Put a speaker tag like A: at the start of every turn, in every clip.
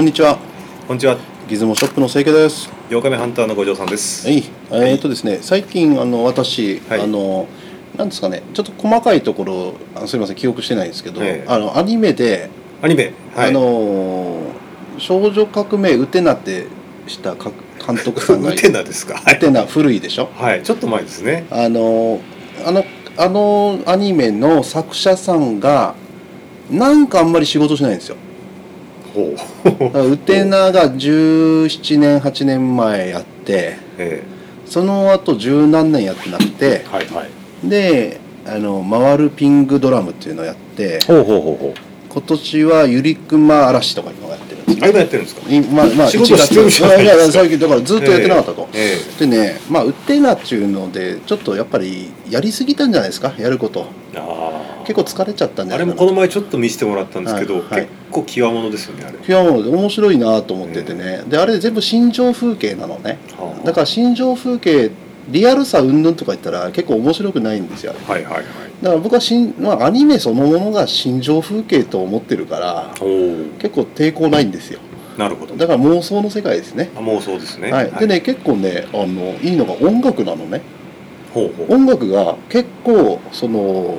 A: んにちは。
B: こんにちは
A: ギズモショップの清家です。
B: 8日目ハンターの五条さんです
A: はい、えっ、とですね、最近あの私、
B: はい
A: あの。なんですかね、ちょっと細かいところ、あすみません、記憶してないんですけど、
B: ええ
A: あのアニメで、
B: アニメはい
A: あ のー。少女革命ウテナってしたか監督さんが
B: ウテナですかは
A: ウ
B: い
A: テナ古いでしょ
B: はいちょっと前ですね
A: あのあのあのアニメの作者さんがなんかあんまり仕事しないんですよ
B: ほう
A: だからウテナが17年8年前やって
B: え
A: その後十何年やってなくて
B: えはいはい
A: であの回るピングドラムっていうのをやって
B: ほうほうほうほう
A: 今年はゆりくま嵐とかいうのをやってるんですね
B: あれもやってるんですか
A: いまあまあ
B: 仕事してるじゃない
A: い
B: です
A: や
B: か
A: いや最近だからずっとやってなかったと、
B: え
A: でねまあウテナっていうのでちょっとやっぱりやりすぎたんじゃないですかやること
B: えああ
A: 結構疲れちゃったんじ
B: あ
A: ゃな
B: れ
A: いか
B: も
A: な
B: この前ちょっと見せてもらったんですけど、
A: はいはい
B: 結構極物ですよねあれ
A: いやもう面白いなと思っててね、であれ全部心情風景なのね
B: は
A: だから心情風景リアルさ云々とか言ったら結構面白くないんですよ
B: はいはいはい
A: だから僕はしん、まあ、アニメそのものが心情風景と思ってるから
B: おお
A: 結構抵抗ないんですよ
B: なるほど
A: だから妄想の世界ですね
B: あもうそうですね
A: はい、でね結構ねあのいいのが音楽なのね
B: ほうほう
A: 音楽が結構その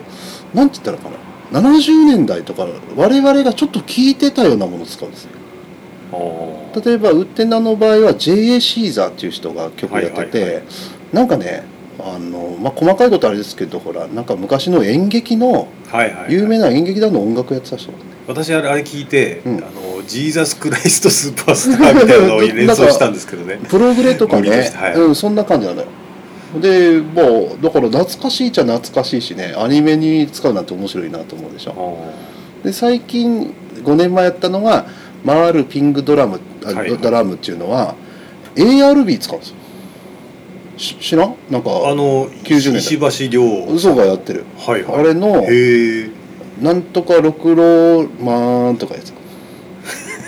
A: なんて言ったらいいかな70年代とか我々がちょっと聞いてたようなものを使うんですよ
B: あ
A: 例えばウッテナの場合は J.A. シーザーっていう人が曲やってて、
B: はいはいは
A: なんかねあの、まあ、細かいことあれですけどほらなんか昔の演劇の
B: あはいはい、はい、
A: 有名な演劇団の音楽やってた人、
B: 私あれあれ聞いて、
A: うん
B: あのジーザスクライストスーパースターみたいなのを連想したんですけどね
A: プログレとか
B: ノリと
A: ね
B: してはい
A: うん、そんな感じなのよでもうだから懐かしいっちゃ懐かしいしねアニメに使うなんて面白いなと思うでしょで最近5年前やったのが「回るピングドラム」あ
B: はいはい
A: ドラムっていうのは ARB 使うんですよし知らんなんか
B: あの
A: 90年
B: 石橋亮
A: 嘘がやってる
B: はいは
A: あれの
B: いへえ
A: なんとか六郎マーンとかやつ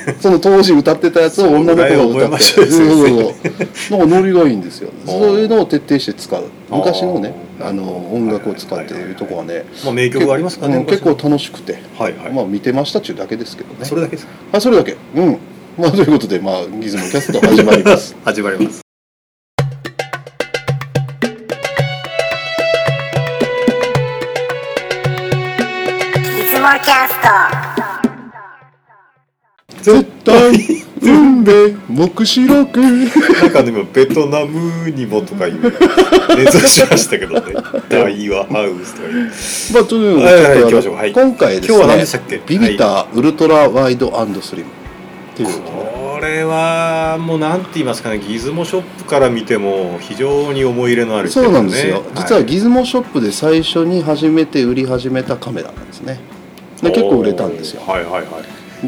A: その当時歌ってたやつを女の子が
B: そうだよ覚え
A: 歌
B: ま
A: って
B: したよ
A: そうそうなんかノリがいいんですよ
B: あー
A: そういうのを徹底して使う
B: あー
A: 昔のねあ
B: はい
A: の
B: はい
A: 音楽を使っているとこはね
B: まあ名曲ありますかね
A: うん結構楽しくて、
B: はいはい、
A: まあ見てましたっていうだけですけどね
B: それだけです
A: あそれだけうん まあということでまあギズモキャスト始まり ます
B: 始まります
C: いつもキャスト
A: 絶対運命目白く
B: なんかでもベトナムにもとかいう連想しましたけどねダイワハウスとかいう
A: まあというの
B: はいはい
A: で
B: 行き
A: ちょ
B: ま
A: っとあ
B: しょうは
A: の
B: い
A: 今回ですね
B: 今日は何でしたっけ
A: ビビターウルトラワイドスリムっていう
B: これはもうなんて言いますかねギズモショップから見ても非常に思い入れのある
A: そうなんですよ、実は
B: ギ
A: ギズモショップで最初に初めて売り始めたカメラなんですねで結構売れたんですよ
B: はいはいはいこ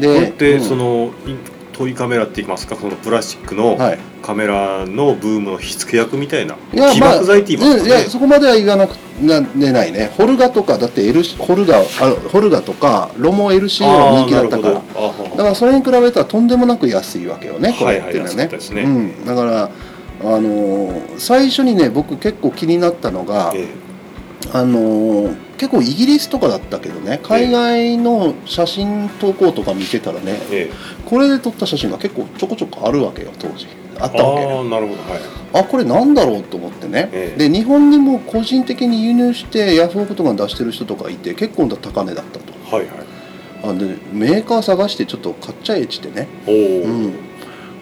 B: れ
A: で
B: って、
A: うん
B: そのいトイカメラって言いますかそのプラスチックの
A: はい
B: カメラのブームの火付け役みたいな、
A: いや
B: 起
A: まあ
B: 爆剤って言います
A: うん
B: か
A: い
B: ね、
A: やそこまでは言わなくなでないねホルガとかだって L ホルガあホルガとかロモ LC は人気だったから
B: あーなるほど
A: だ
B: あ
A: からそれに比べたらとんでもなく安いわけよねこれっていうのはね,、
B: はいはい安かったですね
A: うん、だからあのー最初にね僕結構気になったのが、
B: え
A: あのー結構イギリスとかだったけどね海外の写真投稿とか見てたらね
B: えええ
A: これで撮った写真が結構ちょこちょこあるわけよ当時あったわけ
B: ああなるほどはい
A: あこれなんだろうと思ってね、
B: え
A: で
B: え
A: 日本にも個人的に輸入してヤフオクとかに出してる人とかいて結構な高値だったと
B: はいはい
A: あでメーカー探してちょっと買っちゃえっちってね
B: おお、
A: うん、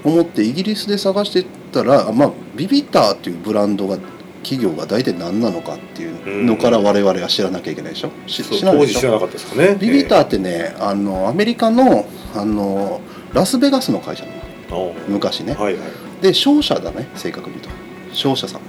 A: 思ってイギリスで探してったら、まあ、ビビターっていうブランドが企業が大体何なのかっていうのから我々は知らなきゃいけないでしょ、し
B: そう
A: 知らないで
B: 当時
A: し
B: 知ら
A: ょ
B: なかったですかね
A: ビビタ
B: え
A: ーってねあのアメリカのあのラスベガスの会社なの
B: えおー
A: 昔ね
B: はいはい
A: で商社だね正確に言うと商社さん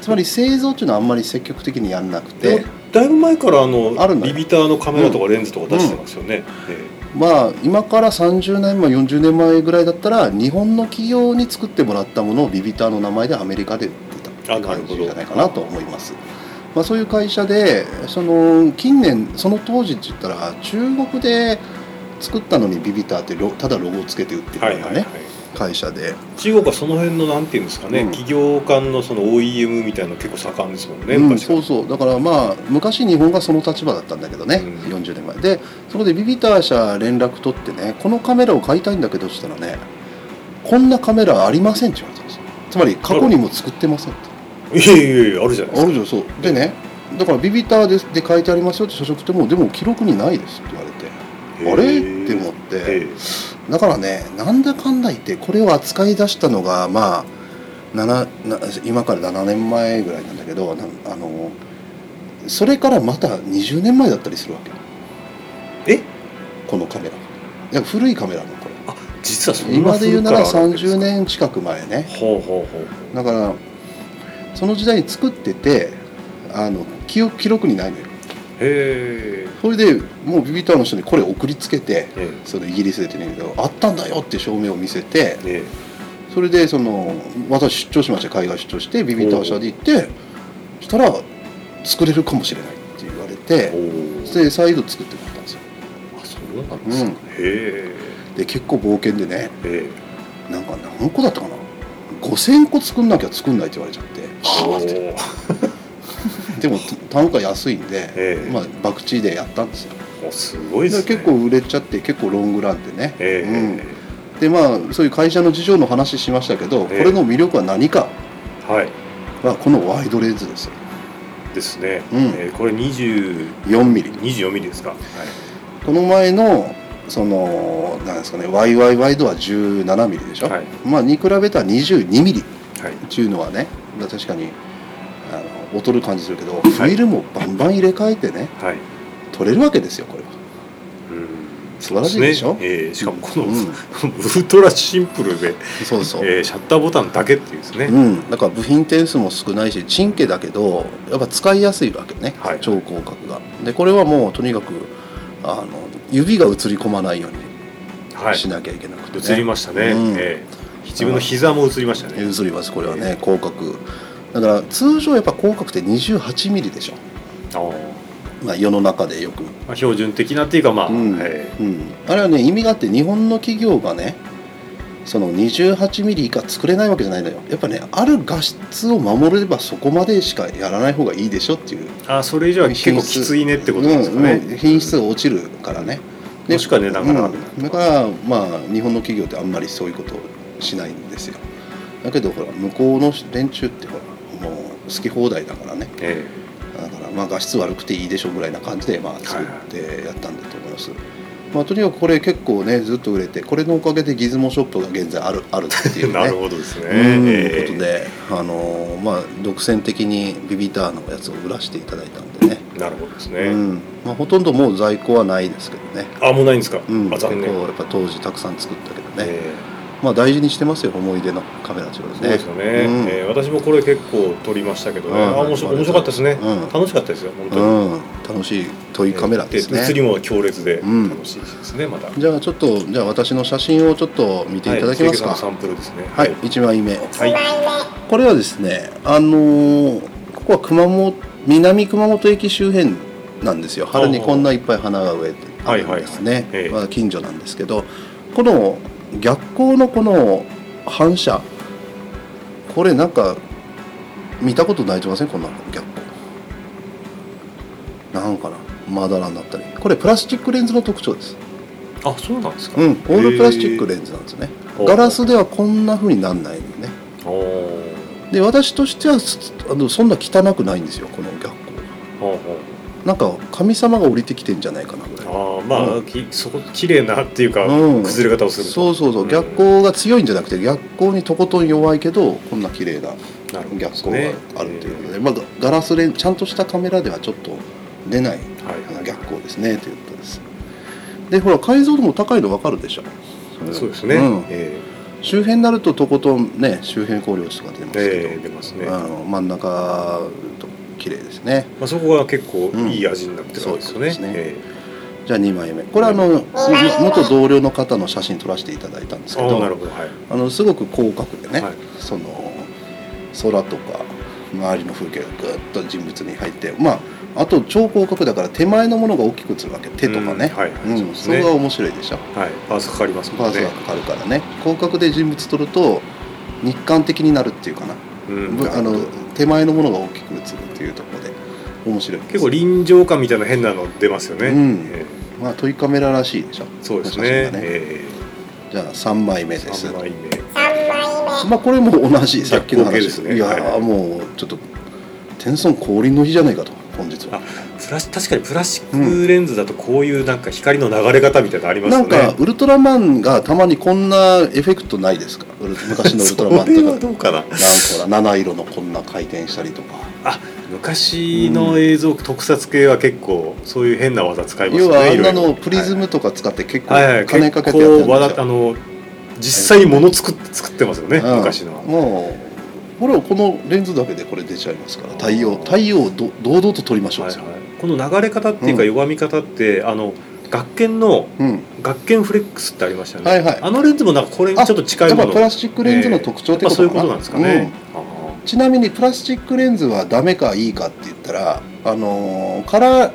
A: つまり製造っていうのはあんまり積極的にやんなく
B: で
A: て
B: もだいぶ前からあの
A: あるのよ
B: ビビターのカメラとかレンズとか出してますよね、え
A: まあ今から30年前40年前ぐらいだったら日本の企業に作ってもらったものをビビターの名前でアメリカで売ってた
B: あ
A: って
B: なる
A: 感
B: ほど
A: じじゃないかなと思います。まあ、そういう会社でその近年その当時って言ったら中国で作ったのにビビターってロただロゴをつけて売って
B: えは
A: る
B: い
A: よう
B: は
A: ないね、
B: はい
A: 会社で
B: 中国はその辺のなんていうんですかね、
A: うん
B: 企業間のその OEM みたいなの結構盛んですもんね、
A: うん、
B: 昔か
A: そ
B: ら
A: うそうだからまあ昔日本がその立場だったんだけどね、
B: うん
A: 40年前でそこでビビター社連絡取ってねこのカメラを買いたいんだけどって言ったらねこんなカメラありませんって言われたんですよつまり過去にも作ってませんって
B: いやいやいやあるじゃないで
A: ある
B: すか
A: じゃんそうでねだからビビターですで書いてありますよって社食ってもでも記録にないですって言われてあれって思って
B: え
A: だからねなんだかんだ言ってこれを扱い出したのがまあ7な今から7年前ぐらいなんだけどなんあのそれからまた20年前だったりするわけ
B: え
A: このカメラいや古いカメラのこれ
B: あ実はそんな
A: 今で言うなら
B: 古くからあるわけで
A: 30
B: すか
A: 年近く前ね
B: ほうほうほう
A: だからその時代に作っててあの記憶記録にないのよ
B: へ
A: それでもうビビターの人にこれ送りつけて
B: ええ
A: そのイギリスで言ってんだけどあったんだよって証明を見せて
B: え
A: それでその私出張しました海外出張してビビター社で行ってそしたら作れるかもしれないって言われ
B: えお
A: て
B: お
A: で再度作ってもらったんですよ
B: あそうなんですか、
A: うん
B: へえ
A: で結構冒険でね
B: え
A: なんか何個だったかな5000個作んなきゃ作んないって言われちゃって
B: え
A: はあって
B: おー
A: でも単価安いんで、
B: ええ
A: まあ博打でやったんですよ
B: おすごい
A: で
B: ですね
A: 結構売れちゃって結構ロングランでね、
B: ええ
A: うんでまあそういう会社の事情の話しましたけど、
B: ええ
A: これの魅力は何か
B: はい
A: はこのワイドレンズですよ
B: ですね、
A: うん
B: えーこれ20
A: 4ミリ
B: 24ミリですか、はい、
A: この前のそのなんですかね YY ワイドは17ミリでしょ、
B: はい
A: まあに比べたら22ミリっ
B: はい、
A: ていうのはね確かにあの劣る感じするけどフィルムをバンバン入れ替えてね
B: はい、
A: 撮れるわけですよこれは
B: うん
A: 素晴らしいでしょ
B: そうすねえーしかもこの、
A: うん
B: ウルトラシンプルで、
A: そうそう、
B: えーシャッターボタンだけっていうですね、
A: うん、だから部品点数も少ないしチンケだけどやっぱ使いやすいわけね、
B: はい
A: 超広角がでこれはもうとにかくあの指が映り込まないように
B: はい
A: しなきゃいけなくて、ね
B: 映りましたね、
A: うん
B: えー自分の膝も映りましたね、
A: 映りますこれはね、広角だから通常やっぱ広角って28ミリでしょ、
B: あー
A: まあ、世の中でよく、
B: まあ、標準的なっていうかまあ、
A: うん
B: え
A: うん、あれはね意味があって日本の企業がねその28ミリ以下作れないわけじゃないのよやっぱねある画質を守ればそこまでしかやらない方がいいでしょっていう
B: ーあーそれ以上は結構きついねってことなんですかね、
A: うんうん品質が落ちるからね、で
B: もしくは値段が高くなる
A: うんだからまあ日本の企業ってあんまりそういうことをしないんですよだけどほら向こうの連中ってほらもう好き放題だからね
B: え
A: だからまあ画質悪くていいでしょぐらいな感じでまあ作ってやったんだと思います、まあ、とにかくこれ結構ねずっと売れてこれのおかげでギズモショップが現在ある あるってい
B: ー
A: うね
B: なるほどですね、
A: うん
B: え
A: ということで、あのーまあ、独占的にビビターのやつを売らせていただいたんでね、
B: なるほどですね、
A: うんまあ、ほとんどもう在庫はないですけどね、
B: あもうないんですか、
A: うん、
B: あ
A: 結構
B: 残念、
A: やっぱ当時たくさん作ったけどね、
B: えー
A: まあ大事にしてますよ思い出のカメラっていうこと
B: そうですよね、
A: うん
B: えー私もこれ結構撮りましたけど
A: う
B: ね、
A: ん
B: あ面白面白かったですね、
A: うん
B: 楽しかったですよ本当に、
A: うん、楽しいトイカメラですね、
B: 映りも強烈で
A: うん
B: 楽しいですね、また
A: じゃあちょっとじゃあ私の写真をちょっと見ていただけますか
B: はい清家さんのサンプルですね
A: はい、一枚目
B: はい、はい
A: これはですねあのーここは熊本南熊本駅周辺なんですよ春にこんないっぱい花が植えてあるんですね、
B: はいはいはいええ
A: まあ、近所なんですけどこの逆光のこの反射これなんか見たことないじゃませんこんなの逆光なんかなまだらになったりこれプラスチックレンズの特徴です
B: あそうなんですか、
A: うんオールプラスチックレンズなんですね
B: えー
A: ガラスではこんな風になんないのね
B: おお
A: で私としてはすあのそんな汚くないんですよこの逆光
B: ほ
A: なんか神様が降りてきてんじゃないかなぐら
B: う
A: い
B: ほうあーまあ、
A: う
B: きそこ綺麗なっていうか、
A: うん
B: 崩れ方をすると
A: そうそうそう、
B: ん
A: 逆光が強いんじゃなくて逆光にとことん弱いけどこんな綺麗な
B: なるほど
A: 逆
B: です
A: 光
B: ね
A: があるということで、
B: え
A: まあ、ガラスレンちゃんとしたカメラではちょっと出ない
B: ーはい
A: 逆光ですねということですでほら解像度も高いの分かるでしょ
B: そうですね、
A: うん
B: え
A: 周辺になるととことんね周辺光量子とか出ま
B: ー
A: すけど、
B: えー出ますね、
A: あ
B: ま
A: の真ん中と綺麗ですね
B: あ、そこが結構いい味になってるわけですよね,、
A: うんそうですね
B: え
A: じゃあ2枚目これはあの、
C: はい
A: 元同僚の方の写真撮らせていただいたんです
B: ー
A: け
B: あ
A: ど
B: あなるほどはい、
A: あのすごく広角でね、
B: はい
A: その空とか周りの風景がぐっと人物に入ってまああと超広角だから手前のものが大きく映るわけ手とかね、
B: うんはいはい
A: うん
B: そうです
A: そ
B: ね
A: れが面白いでしょ
B: はいパースかかります
A: パ
B: も
A: ー
B: ん
A: ス
B: ね
A: がかかるからね広角で人物撮ると日韓的になるっていうかな、
B: うん
A: ぶあの
B: なるほど
A: 手前のものが大きく映るっていうところで面白いです
B: 結構臨場感みたいな変なの出ますよね、
A: うん
B: え
A: まあトイカメラらしいでしょ
B: えそうです
A: この写
B: ね
A: 真が
B: え
A: じゃあ3枚目
B: え
A: です
B: 三枚目
C: 枚
A: まあこれも同じさっきの話
B: 逆光系ですね
A: いやー、
B: はい
A: もうちょっと天孫降臨の日じゃないかと本日は
B: あプラス確かにプラスチックレンズだとこういうなんか光の流れ方みたいなのあります
A: な
B: よ
A: ん
B: ね、
A: かウルトラマンがたまにこんなエフェクトないですかウル昔のウル
B: そ
A: ト
B: れ
A: ラマンとか
B: はどうかな
A: なんかほら七色のこんな回転したりとか
B: あ昔の映像、特撮系は結構そういう変な技使います
A: 要
B: よ
A: は
B: ね
A: あん
B: いろ
A: ない
B: ろ
A: のプリズムとか使って結構
B: はいはい、
A: 金かけてやってる
B: 結
A: ん
B: 構
A: で
B: わ
A: す
B: だあ
A: よ
B: の実際にもの作って作ってますよね、
A: うん
B: 昔のは
A: もうこれをこのレンズだけでこれ出ちゃいますから太陽
B: あー
A: 太陽をど堂々と撮りましょう
B: はい
A: ですよ、
B: はい、この流れ方っていうか
A: うん
B: 歪み方って、あの学研の
A: うん
B: 学研フレックスってありましたよね、
A: はいはい
B: あのレンズもなんかこれにちょっと近い
A: やっ
B: も
A: ぱ
B: の
A: プラスチックレンズの特徴って
B: やっぱそういうこ
A: か
B: となんですかね、あ
A: うんちなみにプラスチックレンズはダメかいいかって言ったらあのーカラー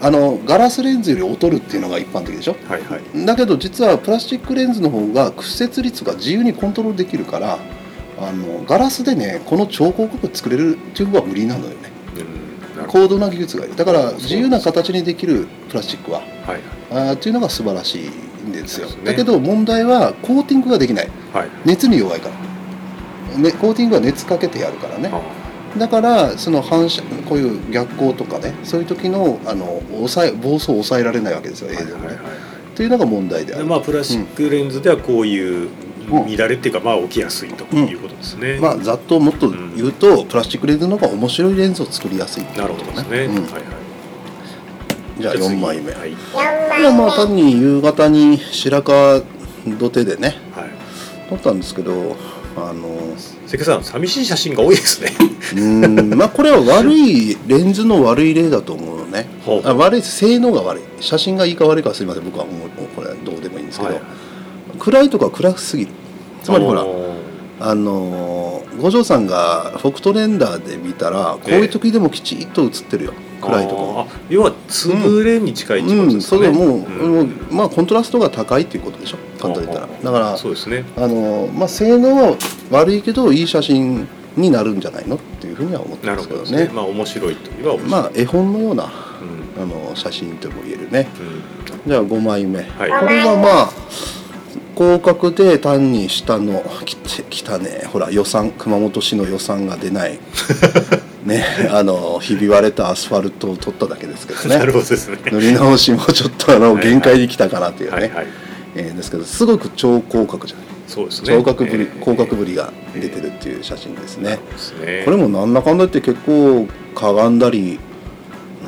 A: あのガラスレンズより劣るっていうのが一般的でしょ
B: ーはいはい
A: だけど実はプラスチックレンズの方が屈折率が自由にコントロールできるからあのガラスでねこの超広角作れるっていう方が無理なのよね
B: うんなるほ
A: 高度な技術がいるだから自由な形にできるプラスチックは
B: どはい
A: あーっていうのが素晴らしいんですよ
B: そうですね
A: だけど問題はコーティングができない
B: はい
A: 熱に弱いから、ね、コーティングは熱かけてやるからね
B: あ
A: だからその反射こういう逆光とかねそういう時のあの抑え暴走を抑えられないわけですよ
B: ー
A: 映
B: はい
A: 像
B: は
A: が
B: いは
A: ね
B: いはい
A: というのが問題であ
B: で
A: る
B: まあプラスチックレンズではこういう
A: うん
B: 乱れっていうかまあ起きやすいということですね。
A: まあ、ざっともっと言うと、プラスチックレンズの方が面白いレンズを作りやすいって
B: な
A: こ
B: る
A: と
B: ほど
A: か
B: ですね。
A: うん
B: はいはい。
A: じゃあ
B: じゃあ
A: 4
B: 次
A: 枚目こ
B: はい
A: れはまあ単に夕方に白川土手でね
B: はい。
A: 撮ったんですけどあのう
B: 関さん寂しい写真が多いですね。
A: ーんまあこれは悪いレンズの悪い例だと思うのね
B: ほう
A: あ悪い性能が悪い写真がいいか悪いかはすみません僕はもうもうこれはどうでもいいんですけど、
B: はい
A: 暗いとこは暗すぎる つまりほら
B: あの
A: あのー五条さんがフォクトレンダーで見たらこういう時でもきちっと映ってるよ、
B: ー
A: 暗いとこは
B: あーあ要はつぶれに近いってこ
A: う
B: とで
A: ん、
B: す
A: そ
B: かね。
A: れはもう、
B: ん
A: もうまあコントラストが高いっていうことでしょ簡単に言ったら
B: あー
A: だから
B: そうですね。
A: あの、まあ、性能は悪いけどいい写真になるんじゃないのっていうふうには思って
B: な
A: ま
B: る
A: す
B: ほ
A: け
B: ど
A: ど
B: です
A: ね
B: ね。まあ面白いといえば面白い。
A: まあ絵本のような
B: うん
A: あの写真とも言えるね
B: うん
A: じゃあ5枚目、
B: はい
A: これがまあ広角で単に下のききたねほら予算熊本市の予算が出ない ねあのひび割れたアスファルトを取っただけですけど
B: な
A: ね
B: るほどですね。
A: 塗り直しもちょっとあの
B: はいはい
A: 限界に来たかなというね、
B: はいはい。
A: えーですけどすごく超広角じゃない
B: そうですね。
A: 超角ぶり、広角ぶ
B: り
A: りが出てるっていう写真ですね、
B: ですね。
A: これもなんだかんだ言って結構かがんだり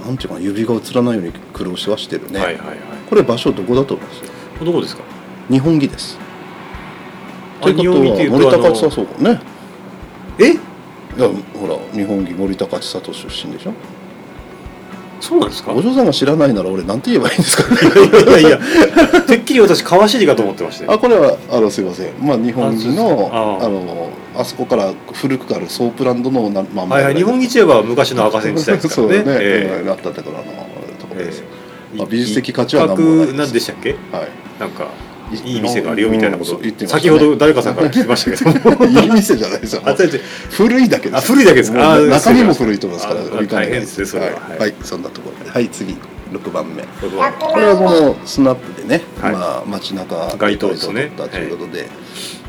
A: なんていうかな指が映らないように苦労しはしてるね、
B: はいはいはい。
A: これ場所どこだと思います
B: どこですか。
A: 日本木です
B: あ
A: ということ
B: 日本木っていうと
A: は森
B: あの
A: 高千里そうかね
B: え
A: いやほら日本木森高千里出身でしょ
B: そうなんですか
A: お嬢さんが知らないなら俺なんて言えばいいんですかね
B: い やいやてっきり私川尻かと思ってましたよ
A: あこれはあのすいません、まあ、日本木の
B: あ
A: あ
B: そう
A: のあそこから古くからソープランドのなまんま
B: はいはい日本
A: 木
B: 一言えば昔の赤線地帯ですからね
A: そうね、
B: え
A: あったところのとこ
B: え
A: ろです、
B: ええ
A: まあ美術的価値は
B: 一
A: 何もないです
B: 角なんでしたっけ
A: はい
B: なんか
A: い
B: いい店があるよみたいな
A: う
B: こ
A: ん
B: と、
A: そう言ってましたね
B: 先ほど誰かさんから聞きましたけ ども
A: いい店じゃないですよ
B: あ違う違う
A: 古いだけです
B: あ古いだけですか
A: もう
B: あ
A: 中身も古いと思いますから
B: あ
A: 売り買い
B: 大変ですねそれは
A: はい、
B: は
A: はいいそんなところではい次6番目
B: 僕は
A: これはこのスナップでね、
B: はい
A: まあ、街中
B: 街頭ですね
A: 街頭を撮ったということで、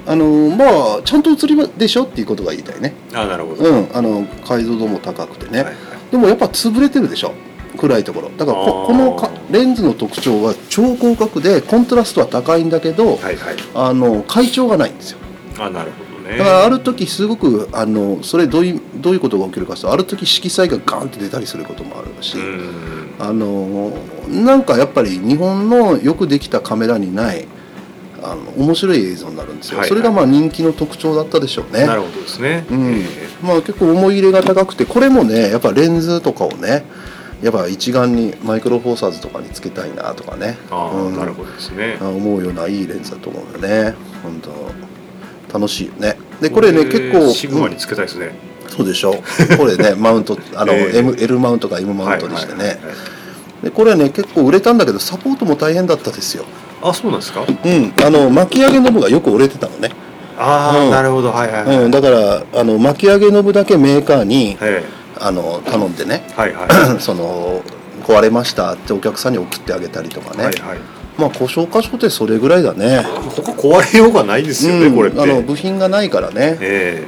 A: あのまあちゃんと映りまでしょっていうことが言いたいね、
B: あなるほど、
A: うん、あの解像度も高くてね、
B: はいはい
A: でもやっぱ潰れてるでしょ暗いところだからこ
B: あー
A: このかレンズの特徴は超広角でコントラストは高いんだけど、
B: はいはい
A: あの階調がないんですよ
B: あなるほどね
A: だからある時すごくあのそれどういうどういうことが起きるかというとある時色彩がガンって出たりすることもあるし、
B: うん
A: あのなんかやっぱり日本のよくできたカメラにないあの面白い映像になるんですよ、
B: はいはい
A: それがまあ人気の特徴だったでしょうね
B: なるほどですね、
A: うん
B: え
A: まあ、結構思い入れが高くてこれもねやっぱレンズとかをねやっぱ一眼にマイクロフォーサーズとかにつけたいなとかね
B: えああ、
A: うん
B: なるほどですね
A: あ思うようないいレンズだと思うよね本当楽しいよねでこれね
B: ええ
A: 結構
B: シグマにつけたいですね、
A: うそうでしょこれ ねマウントあの、
B: ええ
A: M L マウントか M マウントにしてね、
B: はいはいはいはい
A: でこれね結構売れたんだけどサポートも大変だったですよ
B: あそうなんですか
A: うんあの巻き上げノブがよく折れてたのね、
B: ああ、
A: うん
B: なるほどはいはいはい、
A: うん、だからあの巻き上げノブだけメーカーに、
B: え
A: あの頼んでね
B: えはいは
A: その壊れましたってお客さんに送ってあげたりとか
B: い
A: ね、
B: はいはい
A: まあ故障箇所ってそれぐらいだね
B: 他壊れようがないですよね、
A: うん
B: これって
A: あの部品がないからね
B: え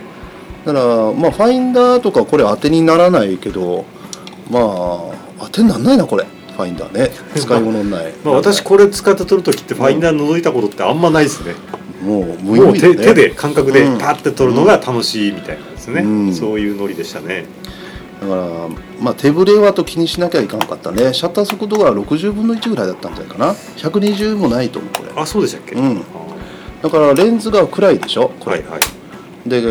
A: だからまあファインダーとかこれ当てにならないけどまあ当てになんないなこれファインダー ね使い物にない、
B: えまあ、私これ使って撮る時ってファインダー覗いたことってあんまないですね、
A: もう無
B: も
A: 意
B: う
A: 味
B: 手
A: で、ね、
B: 手で感覚で
A: うん
B: パッて撮るのが楽しいみたいなんですね、
A: うん
B: そういうノリでしたね
A: だから、まあ、手ぶれはと気にしなきゃいかんかったねシャッター速度が60分の1ぐらいだったんじゃないかな120もないと思うこれ
B: あそうでしたっけ、
A: うん
B: あ
A: だからレンズが暗いでしょ
B: ー
A: こ
B: は
A: れ、
B: いはい
A: で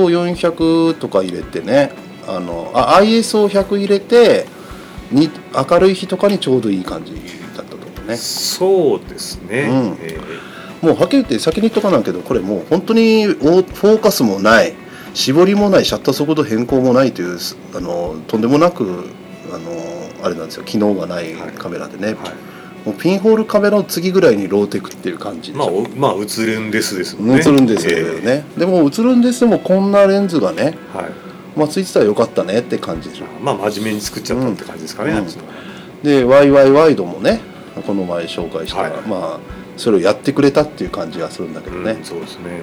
A: ISO400 とか入れてねあのあ ISO100 入れてに明るい日とかにちょうどいい感じだったと思うね
B: そうですね、
A: うん
B: えー
A: もうはっきり言って先に言っとかないけどこれもう本当におフォーカスもない絞りもないシャッター速度変更もないというすあのとんでもなくあのあれなんですよ機能がない
B: はい
A: カメラでね、
B: は
A: もうピンホールカメラの次ぐらいにローテクっていう感じ
B: い、
A: で
B: まあおまあ映るんですですもんね
A: 映るんですけどね、でも映るんですでもこんなレンズがね
B: え、ーはい
A: まあ、ついてたらよかったねって感じでしょ
B: まあ真面目に作っちゃったって感じですかね、
A: うん
B: あっちの
A: で YY ワイドもねこの前紹介した、
B: はい
A: まあそれをやってくれたっていう感じがするんだけどね、
B: うんそうですね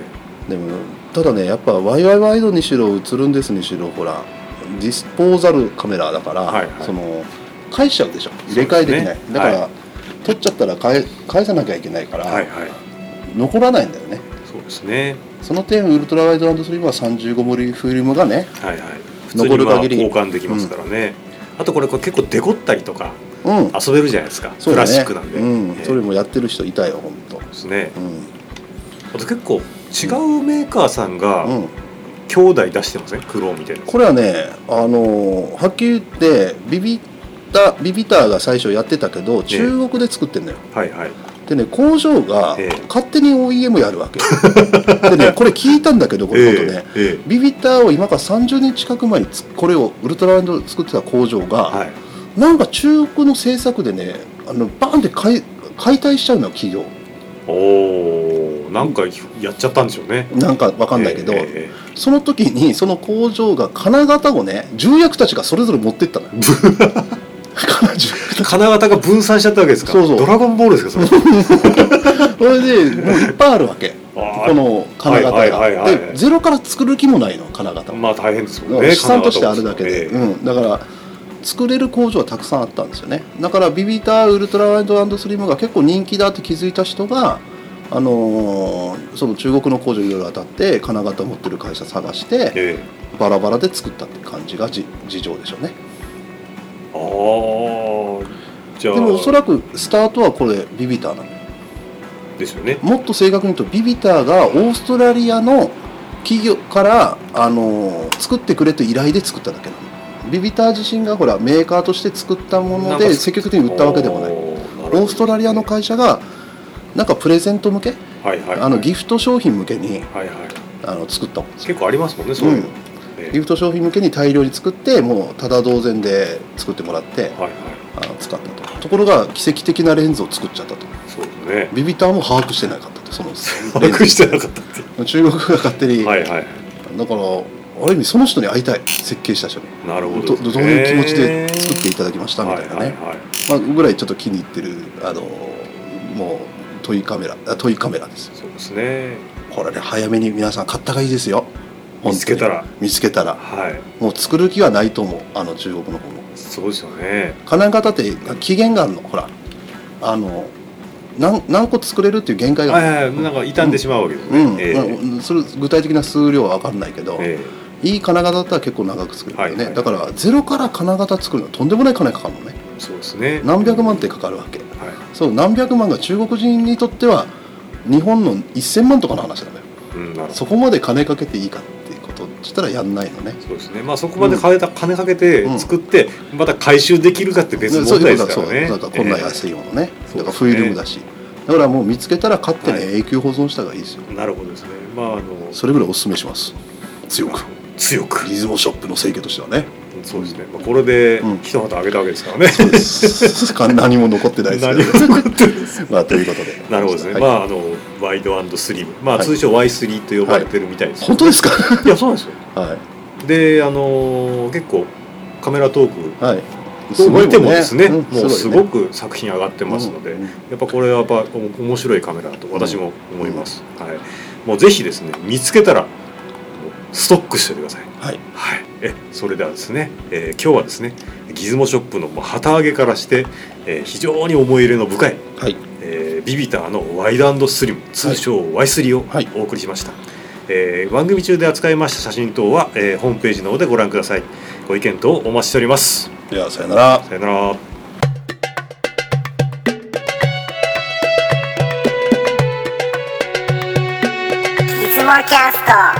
A: でもただねやっぱワイワイワイドにしろ映るんですにしろほらディスポーザルカメラだから、
B: はいはい
A: その返しちゃうでしょ入れ替えできない、
B: そうですね
A: だから、
B: は
A: 取っちゃったら返返さなきゃいけないから、
B: はいはい
A: 残らないんだよね
B: そうですね
A: その点ウルトラワイドランドスリーは 35mm フィルムがね
B: はいはい普通に
A: 登る
B: まあ
A: 限り
B: 交換できますからね、あとこれこれ結構デコったりとか
A: うん
B: 遊べるじゃないですか、
A: そ
B: プ
A: うだ
B: ラ
A: ね
B: スチックなんで、
A: うん
B: ええ
A: それ
B: そう
A: もやってる人いたよほんと
B: ですね
A: うん
B: あと結構違うメーカーさ
A: う
B: んが
A: ん、
B: 兄弟出してません、クローみたいな
A: これはねあのはっきり言ってビビったビビターが最初やってたけど中国で作ってんだよ
B: はいはい
A: でね工場が
B: ええ
A: 勝手に OEM やるわけよ でねこれ聞いたんだけどこれことね、
B: えええ
A: ビビターを今から30年近く前につこれをウルトラランド作ってた工場が、
B: えはい
A: なんか中国の政策でねあのバーンって解解体しちゃうのよ企業
B: おおなんかやっちゃったんでしょうね
A: なんかわ
B: わ
A: かんないけど、
B: えええ
A: その時にその工場が金型をね重役たちがそれぞれ持って ったのよ金重役
B: え金型が分散しちゃったわけですか
A: そうそう
B: ドラゴンボールですかそれ
A: それでもういっぱいあるわけ
B: あ
A: この金型が、
B: はいはいはいはい
A: でゼロから作る気もないの金型
B: ー
A: を
B: まあ大変です
A: だ
B: も
A: か
B: ん
A: ら
B: ね
A: 資産としてあるだけで、
B: 金型
A: う
B: を
A: ん、だから作れる工場はたくさんあったんですよねだからビビターウルトラワイドスリムが結構人気だって気づいた人が、あのーその中国の工場いろいろ当たって金型持ってる会社探して
B: ええ
A: バラバラで作ったって感じがじ事情でしょうね
B: ああじゃあ
A: でもおそらくスタートはこれビビターなの
B: ですよね
A: もっと正確に言うとビビターがオーストラリアの企業から、あのー作ってくれと依頼で作っただけなのビビター自身がほらメーカーとして作ったもの
B: なん
A: で
B: か
A: 積極的に売ったわけでもない
B: おーなるほど
A: オーストラリアの会社がなんかプレゼント向け、
B: はいはいはい、
A: あのギフト商品向けに
B: はいはい
A: あの作ったもんですよ
B: 結構ありますもんねそういうの、
A: うん
B: え
A: ギフト商品向けに大量に作ってもうただ同然で作ってもらって
B: はいはい
A: あの使ったとところが奇跡的なレンズを作っちゃったと
B: そうですね
A: ビビターも把握してなかったと その
B: 把握してなかったっていう
A: 中国が勝手に、
B: はいはい
A: だからある意味その人に会いたい設計した人に
B: なるほ
A: ど
B: ど
A: どういう気持ちで作っていただきましたみたいなね、
B: はいはいはい
A: まあ、ぐらいちょっと気に入ってるあのもうトイカメラあトイカメラです
B: そうですね
A: これね早めに皆さん買った方がいいですよ本当に
B: 見つけたら
A: 見つけたら
B: はい
A: もう作る気はないと思うあの中国の方も
B: そうですよね
A: 金型って期限があるのほらあの何何個作れるっていう限界があ
B: はい
A: る、
B: はいはいなんか傷んでしまうわけです
A: う
B: ね、
A: ん
B: ええ
A: まあそれ具体的な数量は分かんないけど、
B: え
A: いい金型だったら結構長く作れるよね、
B: はいはい
A: だからゼロから金型作るのはとんでもない金かかるのね
B: えそうですね
A: 何百万ってかかるわけ
B: はい
A: そう何百万が中国人にとっては日本の1000万とかの話なんだよ
B: うんなるほど
A: そこまで金かけていいかっていうことそしたらやんないのね
B: そうですねまあそこまで金た金かけて
A: うん
B: 作って、また回収できるかって別問題です
A: そ
B: か
A: う
B: ら
A: いう
B: ね
A: ことだそうだからこんな
B: え
A: 安いものね、
B: そ
A: だか
B: うですね
A: らフィルムだしだからもう見つけたら買ってね、
B: はい
A: 永久保存した方がいいですよ
B: えなるほどですねまああの
A: それぐらいおすすめします強く
B: 強く
A: 出雲ショップの制御としては ね
B: そうですね、まあ、これで
A: うん
B: 一旗あげたわけですからね、
A: 何も残ってないです
B: 何
A: け
B: も
A: ど、 まあということで
B: なるほどですね、
A: はい
B: まああのワイドスリムまあ
A: はい
B: 通称 Y3 と呼ばれてるみたいです、
A: 本当です か
B: い、やそうなんですよ
A: は
B: であのー結構カメラトーク
A: いはい
B: 見てもですね
A: うん
B: もうす
A: い
B: ご
A: ね
B: く作品上がってますので、
A: うん
B: やっぱこれはやっぱお面白いカメラだと私も思います、はい、もうぜひですね見つけたらもうストックしておいてください
A: はい
B: はい、えそれではですね、えー今日はですねギズモショップのまあ旗揚げからして、えー非常に思い入れの深い、
A: はい
B: えービビターのワイドスリム通称 Y3 を
A: はい
B: お送りしました、えー番組中で扱いました写真等は、えーホームページの方でご覧くださいご意見等お待ちしております
A: ではさよなら
B: さよなら
C: いつもキャスト